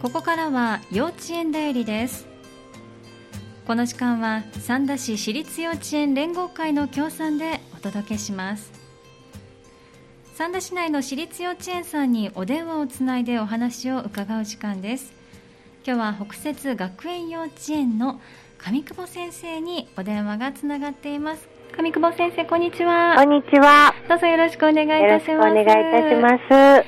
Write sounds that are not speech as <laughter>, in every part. ここからは幼稚園だよりですこの時間は三田市私立幼稚園連合会の協賛でお届けします三田市内の私立幼稚園さんにお電話をつないでお話を伺う時間です今日は北摂学園幼稚園の上久保先生にお電話がつながっています上久保先生こんにちはこんにちは。どうぞよろしくお願いいよろたししくおます願いいたします。さあ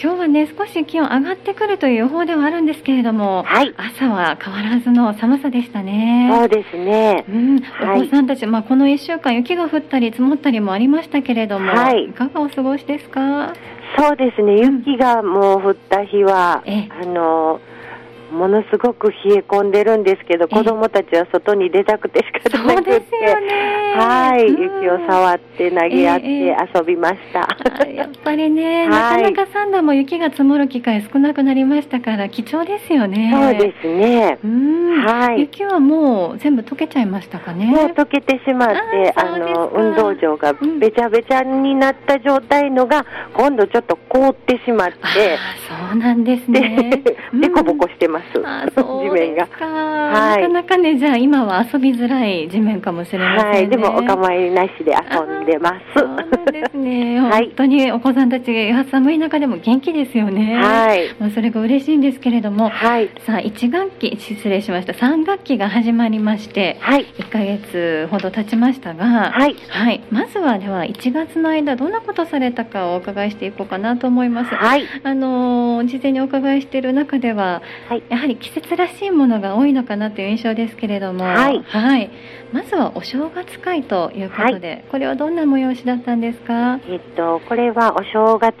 今日はね少し気温上がってくるという予報ではあるんですけれども、はい。朝は変わらずの寒さでしたね。そうですね。うん、はいお子さんたち、まあ、この1週間雪が降ったり積もったりもありましたけれども、はいかがお過ごしですかそうですね。うん雪がもう降った日は、ええあの、ものすごく冷え込んでるんですけど、ええ子供たちは外に出たくて仕方そなうくっでてす。よねはい、うん雪を触って投げ合っえええて遊びました。あやっぱりね、はいなかなかサンダも雪が積もる機会少なくなりましたから貴重ですよねそうですね。うん、はい雪はもう全部溶けちゃいましたかねもう溶けてしまって、ああーの、そう運ですか動場がうんべちゃべちゃになった状態のが、今度ちょっと凍ってしまって、あーそうなんですで、ねでこぼこしてます。あーそう地面でがす。か、ないかなかねじゃあ今は遊びづらい地面かもしれませんね、はい、でもお構いなしで遊んでまそす。うなんですね <laughs> はい本当にお子さんたちが寒い中でも元気ですよね、はい。まあそれが嬉しいんですけれどもはい。さあ1学期失礼しました3学期が始まりましてはい。 1ヶ月ほど経ちましたがはい。はい、まずはでは1月の間どんなことされたかをお伺いしていこうかなと思います。はい。あのー事前にお伺いしている中では、はいやはり季節らしいものが多いのかなという印象ですけれども、はいまずはお正月会ということで、これはどんな催しだったんですか、えっと、これはお正月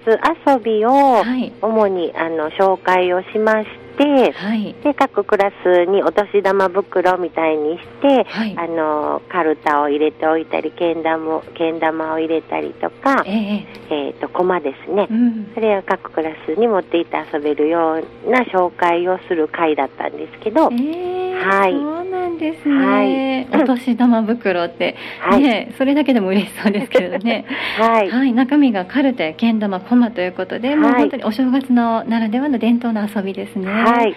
遊びをはい主にあの紹介をしまして、はいで、各クラスにお年玉袋みたいにして、はいあの、カルタを入れておいたり、けん玉を、けん玉を入れたりとか、えええっと、コマですねう。んそれを各クラスに持っていって遊べるような紹介をする会だったんですけど、ええはいそうなんですね、お年玉袋って、はい、ね、それだけでも嬉しそうですけれどね、 <laughs> はい、はい、中身がカルテ、けん玉、コマということで、もう本当にお正月のならではの伝統の遊びですね。はい、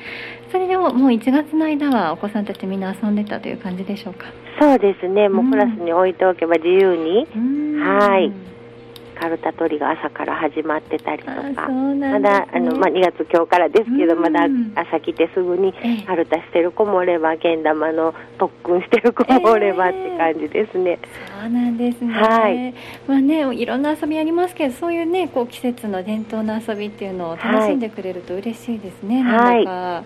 それでももう1月の間はお子さんたちみんな遊んでたという感じでしょうか。そうですね、もううんクラスに置いておけば自由に、はいあカルタ取りが朝から始まってたりとか、そうなまんです、ねだ、あの、まあ、2月今日からですけど、うんまだ朝来てすぐに、ええカルタしてる子もおれば、けん玉の特訓してる子もおればって感じですね。そうなんですね。はいまあね、いろんな遊びありますけど、そういうね、こう季節の伝統の遊びっていうのを楽しんでくれると嬉しいですね。なはいんだか。わ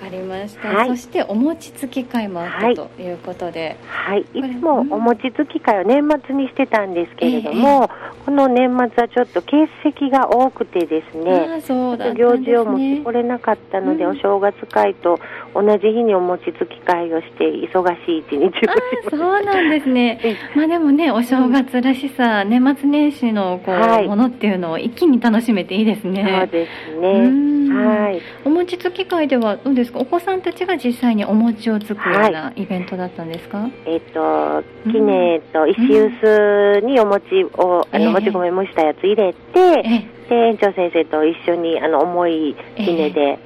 かりました、はいそしてお餅つき会もあはっいたということで、はい、いれつもおうん餅つき会を年末にしてたんですけれども、この年末はちょっと欠席が多くてですね、ああそうだったんです行ね事を持ってこれなかったので、うんお正月会と同じ日にお餅つき会をして忙しい一日をああ過そごしうなんですねええ。まあでもねお正月らしさ、年末年始のこう、はいものっていうのを一気に楽しめていいですました。ね。そうですうね。んはい、お餅つき会ではどうですかお子さんたちが実際にお餅をつくようなイベントだったんですか、えっ、とうん、きねと石臼にお餅を、あええの、もち米蒸したやつ入れて、えで、園長先生と一緒に、あの、重いえきねで、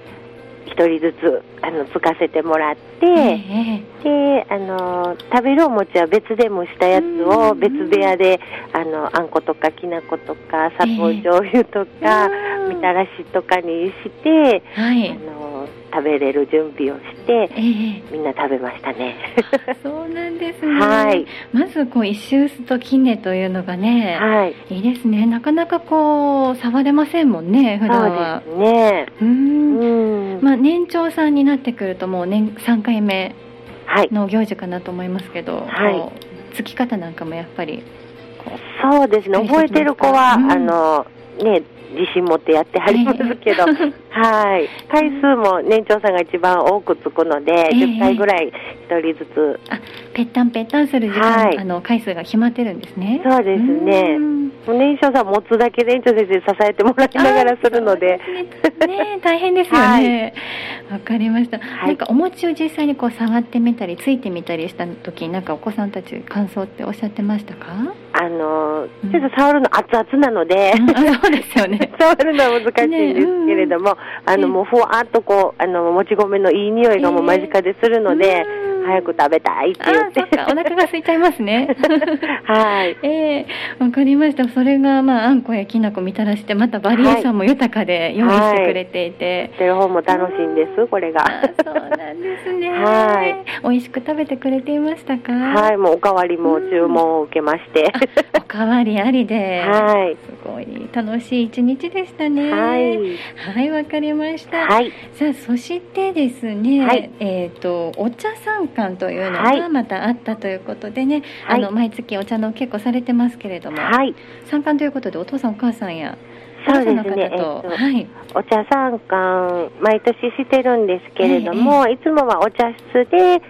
一人ずつ、あの、つかせてもらって、ええで、あの、食べるお餅は別で蒸したやつうんうをん別部屋で、あの、あんことかきな粉とか、砂糖ええ醤油とえうか、んみたらしとかにして、はい、あの、食べれる準備をしえて、<laughs> えみんな食べましたね。そうなんですね、 <laughs> はい。まずこう石臼ときねというのがね、はい。い、いですねなかなかこう触れませんもんね普段はそうですね。ううんん。まあ、年長さんになってくるともう年3回目はい。の行事かなと思いますけど、はいこうつき方なんかもやっぱりそうですね。覚えてる子は、うんあの、ね、自信持ってやってはりますけど、 <laughs> はい。回数も年長さんが一番多くつくので、ええ10回ぐらい一人ずつ。ぺったんぺったんする時間、はいあの回数が決まってるんですね。そうですねうん年少さん持つだけで園長先生に支えてもらいながらするのであーそうですねね大変ですよねわ、かりました、 <laughs> はいなんかお餅を実際にこう触ってみたりついてみたりした時になんかお子さんたち感想っておっしゃってました <laughs> か、あのうんちょっと触るの熱々なので、うんあそうですよね <laughs> 触るのは難しいんですけれども、あええのもうふわっとこうあのもち米のいい匂いがもう間近でする <laughs> ので、うん早く食べたいってあ言っーてそっかお腹が空いちゃいます <laughs> ねはいええわかりましたそれがまああんこやきなこみたらしてまたバリエーションも豊かで用意してくれていて、やってる方も楽しいんですこれがあそうなんですね。。はい美味しく食べてくれていましたか。はいもうおかわりも注文を受けまして、おかわりありで。はいすごい楽しい一日でしたね。はいはい、わ、かりました。はいさあ、そしてですね、はいえっ、と、お茶参観というのはいがまたあったということでね。はいあの、毎月お茶の結構されてますけれども、はい参観ということで、お父さんお母さんや。そうですね保護者の方と、えっとはい。お茶参観毎年してるんですけれども、いつもはお茶室で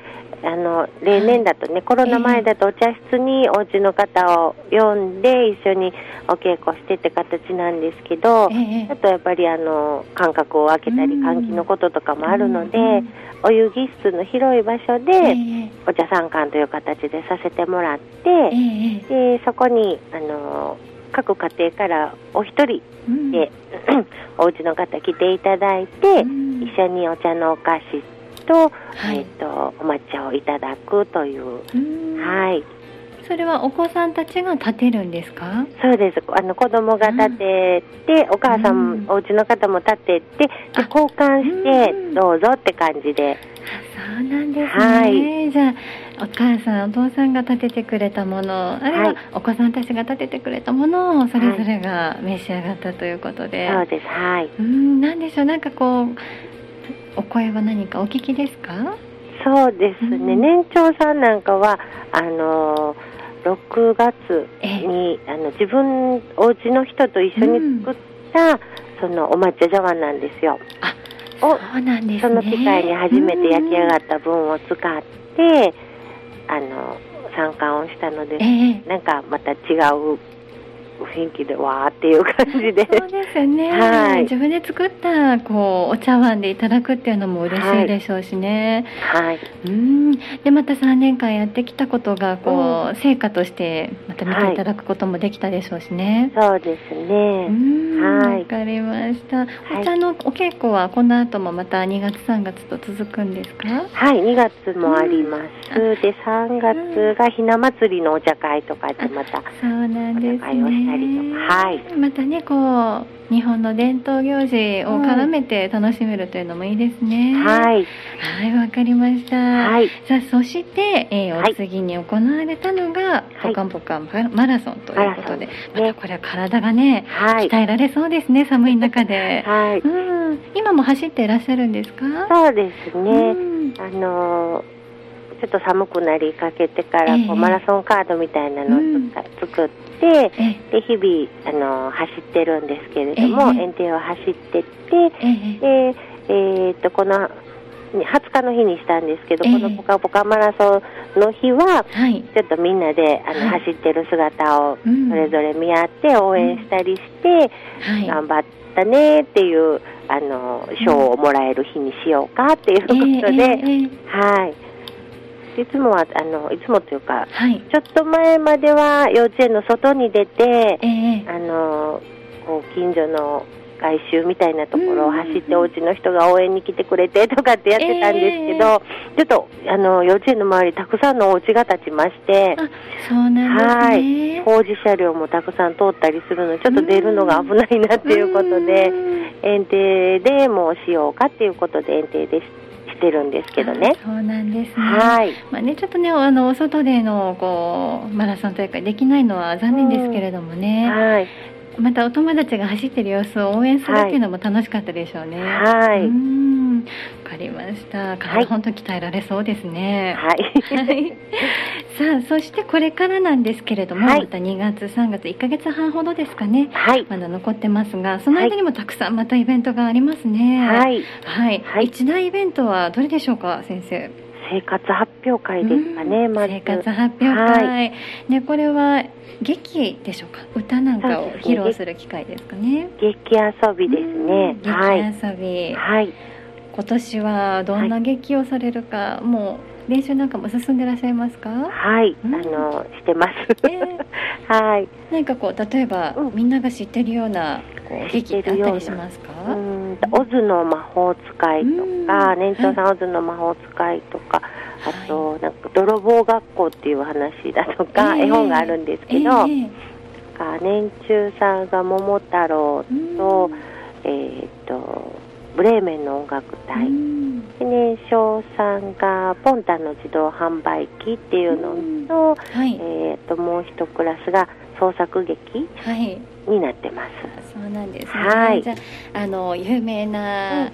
あの例年だとね、コロナ前だとお茶室にお家の方を呼んで一緒にお稽古してって形なんですけど、ええちょっとやっぱりあの間隔を空けたりうん換気のこととかもあるので、うんお遊戯室の広い場所えでえお茶参観という形でさせてもらって、ええでそこにあの各家庭からお一人うんで、 <clears throat> お家の方来ていただいて、うん一緒にお茶のお菓子と,、はいえっとお抹茶をいただくという、うんはいそれはお子さんたちが立てるんですか？そうですあの子供が立てて、お母さん、うんお家の方も立ててであ交換して、うんどうぞって感じでそうなんですね。はいじゃあお母さんお父さんが立ててくれたもの、あるいははいお子さんたちが立ててくれたものをそれぞれが召し上がったということで、そうですはいうん、なんでしょうなんかこうお声は何かお聞きですか？そうですね、うん年長さんなんかはあの6月にあの自分お家の人と一緒に作った、そのお抹茶茶碗なんですよ。あをそうなんですね。その機会に初めて焼き上がった分を使って、あの参観をしたのうん。で、ええなんかまた違う雰囲気でわーっていう感じで、そうですよね、はい自分で作ったこうお茶碗でいただくっていうのも嬉しいでしょうしね、はい、うんでまた3年間やってきたことがこう、成果としてまた見ていただくこともできたでしょうしね。そうですうね。んはいわかりました。いお茶のお稽古はこの後もまた2月3月と続くんですか？はい、2月もあります。で、3月がひな祭りのお茶会とかでまた、そうなんですね。お茶会をしたりとかはいまたねこう日本の伝統行事を絡めて楽しめるというのもいいですね。い。はい、はいわかりました。はい、さあそして、えーはいお次に行われたのが「いぽかんぽかんマラソン」ということで、マラソンねまたこれは体がねはい、鍛えられそうですね寒い中で、はい、うん、今も走っていらっしゃるんですかそうですね。うんあのーちょっと寒くなりかけてからこう、ええマラソンカードみたいなのをつか作って、えで日々、あのー走ってるんですけれども、ええ園庭を走ってってえええで、えーっとこの20日の日にしたんですけど、ええこの「ぽかぽかマラソン」の日ははい、ちょっとみんなであの、はい走ってる姿をうんそれぞれ見合って応援したりして、はい、頑張ったねっていうあのー賞をもらえる日にしようかっていうことで。ええええええはい。いつもはあのいつもというか、はいちょっと前までは幼稚園の外に出て、ええあのこう近所の外周みたいなところを走っうんてお家の人が応援に来てくれてとかってやってたんですけど、ちょっとあの幼稚園の周りたくさんのお家が建ちまして、あそうなんですね工事車両もたくさん通ったりするので、ちょっと出るのが危ないなっていうことで、うん園庭でもうしようかっていうことで園庭でししてるんですけどね。あそうなんですねはい。まあね、ちょっとねあのお外でのこうマラソンというかできないのは残念ですけれどもね、はい。またお友達が走ってる様子を応援するっていうのも楽しかったでしょうね。はうい。んわかりましたは体い本当に鍛えられそうですね。はい。はい、さあそしてこれからなんですけれども、はいまた2月3月1ヶ月半ほどですかねはい。まだ残ってますがその間にもたくさんまたイベントがありますね。、はいい。はいはい一大イベントはどれでしょうか先生。生活発表会ですかね、うんまず生活発表会、はね、これは劇でしょうか歌なんかをそうですね披露する機会ですかね劇遊びですねうん。はい。劇遊び、はい。今年はどんな劇をされるか、もう練習なんかも進んでいらっしゃいますかはい。うんあの、してます。 <laughs> えーはい。何かこう例えば、うんみんなが知ってるようなこう知っ劇てってあっるようたなりしますか、うーんとオズの魔法使いとうか、ん年長さんオズの魔法使いとか、はいあと、なんか泥棒学校っていう話だとか、ええ絵本があるんですけど、ええなんか年中さんが桃太郎、うんとえーっと、ブレーメンの音楽う隊、んで年少さんがポンタンの自動販売機っていうのと、はい、えーっと、もう一クラスが創作劇はいになってます。そうなんですね。はいじゃああの有名な、うん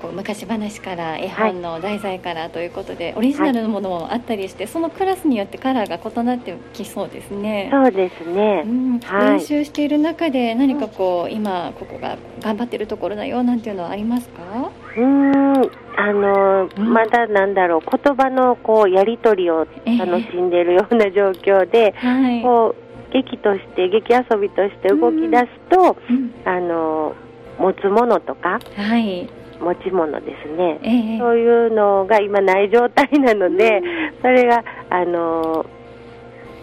こう昔話から絵本の題材からということで、オリジナルのものもあったりして、そのクラスによってカラーが異なってきそうですね。そうですね。うん、はい練習している中で何かこう今ここが頑張ってるところだよなんていうのはありますか？うーん、あのうんまだなんだろう言葉のこうやり取りをええ楽しんでいるような状況で、はい。こう劇として劇遊びとして動き出すと、うんあの持つものとかはい。持ち物ですね、ええそういうのが今ない状態なので、それがあの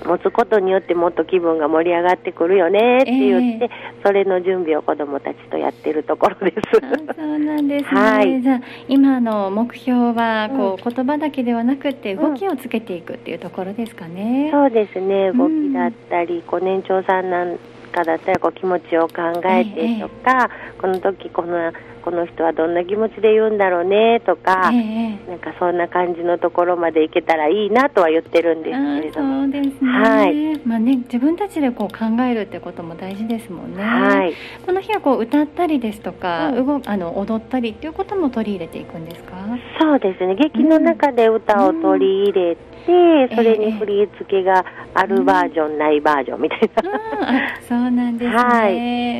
持つことによってもっと気分が盛り上がってくるよねって言って、それの準備を子どもたちとやってるところです。あそうなんですね。はいじゃあ今の目標はこう、言葉だけではなくてうん動きをつけていくっていうところですかね。そうですねう動んきだったり、こう年長さんなんかだったらこう気持ちを考えてとか、この時このこの人はどんな気持ちで言うんだろうねとか、ええなんかそんな感じのところまでいけたらいいなとは言ってるんですあけれども。そうですね。はいまあね自分たちでこう考えるってことも大事ですもんね。はい、この日はこう歌ったりですとか、うん動あの踊ったりっていうことも取り入れていくんです <laughs> か。そうですね劇の中で歌を取り入れて、それに振り付けがあるバージョン、ないバージョンみたいな、ああそうなんですね。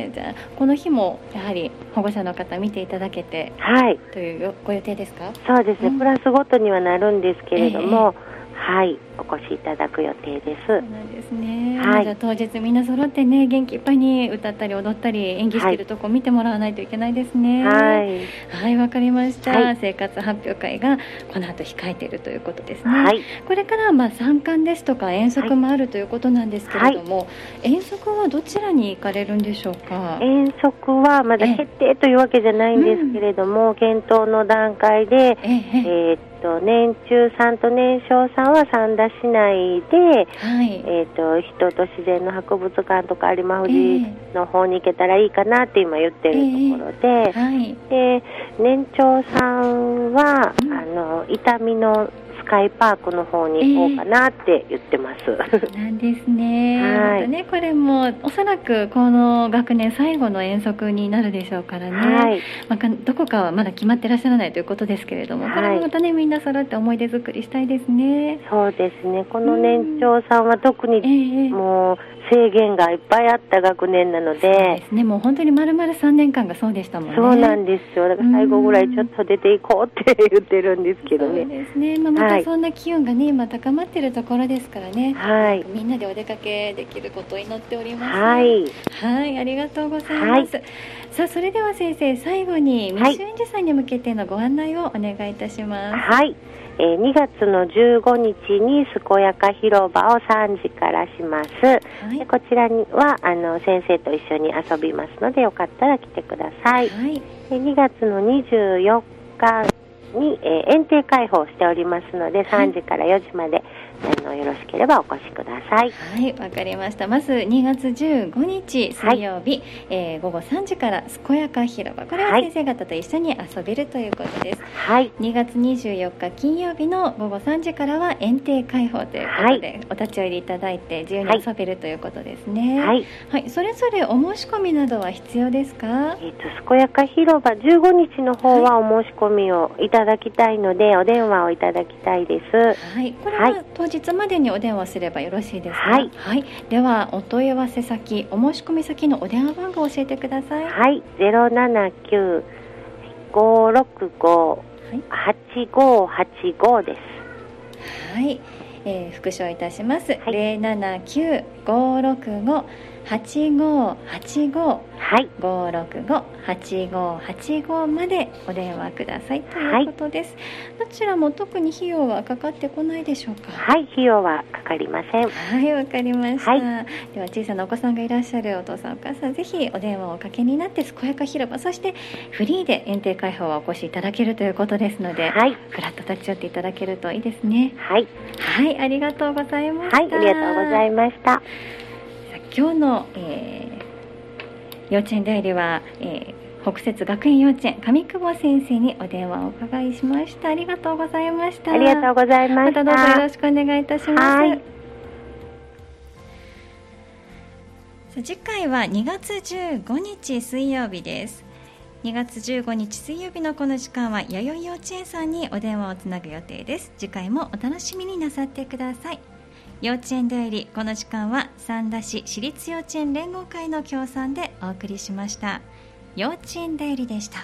はじゃあこの日もやはり保護者の方見ていただけてはいというよご予定ですか。そうですね、うんクラスごとにはなるんですけれども、はいお越しいただく予定です、そうなんですね。はいじゃあ当日みんな揃ってね元気いっぱいに歌ったり踊ったり演技してるとこ見てもらわないといけないですね。はいはい、わかりました、はい生活発表会がこの後控えているということですね。はい、これからはまあ参観ですとか遠足もあるということなんですけれども、遠足はどちらに行かれるんでしょうか。遠足はまだええ決定というわけじゃないんですけれども、検討の段階で、えええええーっと年中さんと年少さんは三田市内で、はい。えーっと人と自然の博物館とか有馬富士の方に行けたらいいかなって今言ってるところで、はい。で年長さんは、うんあの伊丹のスカイパークの方に行こうかなって言ってます。なんですね。はいまたね、これもおそらくこの学年最後の遠足になるでしょうからね。 <laughs> はい、まあかどこかはまだ決まってらっしゃらないということですけれども、これもまたねみんな揃って思い出作りしたいですね。そうですね。この年長さんは特にええもう制限がいっぱいあった学年なので、そうですね、もう本当に丸々3年間がそうでしたもんね。そうなんでんですよ。だから最後ぐらいちょっと出ていこうって言ってるんですけどね。ですね、まあ、まはたいそんな気温がね、今高まってるところですからね、はい。みんなでお出かけできることを祈っております。はい。はいありがとうございます。さあ、それでは先生、最後にはい未就園児さんに向けてのご案内をお願いいたします。はい。えー2月の15日に健やか広場を3時からします。はい、でこちらにはあの先生と一緒に遊びますのでよかったら来てください。はい、で2月の24日に、えー園庭開放しておりますので3時から4時まで、あのよろしければお越しください。はい、わかりました。まず2月15日水曜日、えー午後3時から健やか広場、これははい先生方と一緒に遊べるということです。はい。 2月24日金曜日の午後3時からは園庭開放ということで、お立ち寄りいただいて自由に遊べるということですね。、はいい。はい、それぞれお申し込みなどは必要ですか。えっ、と、健やか広場15日の方はお申し込みをいただきたいので、お電話をいただきたいです。はい、これははい当日までにお電話すればよろしいですか。はいではお問い合わせ先、お申し込み先のお電話番号を教えてください。はい。079-565-5 8585です。はい、えー復唱いたします。い零七九五六五八五八五はい。五六五八五八五までお電話くださいということです。どちらも特に費用はかかってこないでしょうか。はい、費用はかかりません。はい、わかりました、はいでは小さなお子さんがいらっしゃるお父さんお母さんぜひお電話をおかけになって健やか広場そしてフリーで園庭開放はお越しいただけるということですので、はい。ふらっと立ち寄っていただけるといいですねはい。はいありがとうございましたはい、ありがとうございました。さあ今日の、えー幼稚園代理は、えー北節学園幼稚園上久保先生にお電話をお伺いしましたありがとうございましたありがとうございまましたた。どうぞよろしくお願いいたします。はいさあ次回は2月15日水曜日です。2月15日水曜日のこの時間は弥生幼稚園さんにお電話をつなぐ予定です。次回もお楽しみになさってください。幼稚園だよりこの時間は三田市私立幼稚園連合会の協賛でお送りしました。幼稚園だよりでした。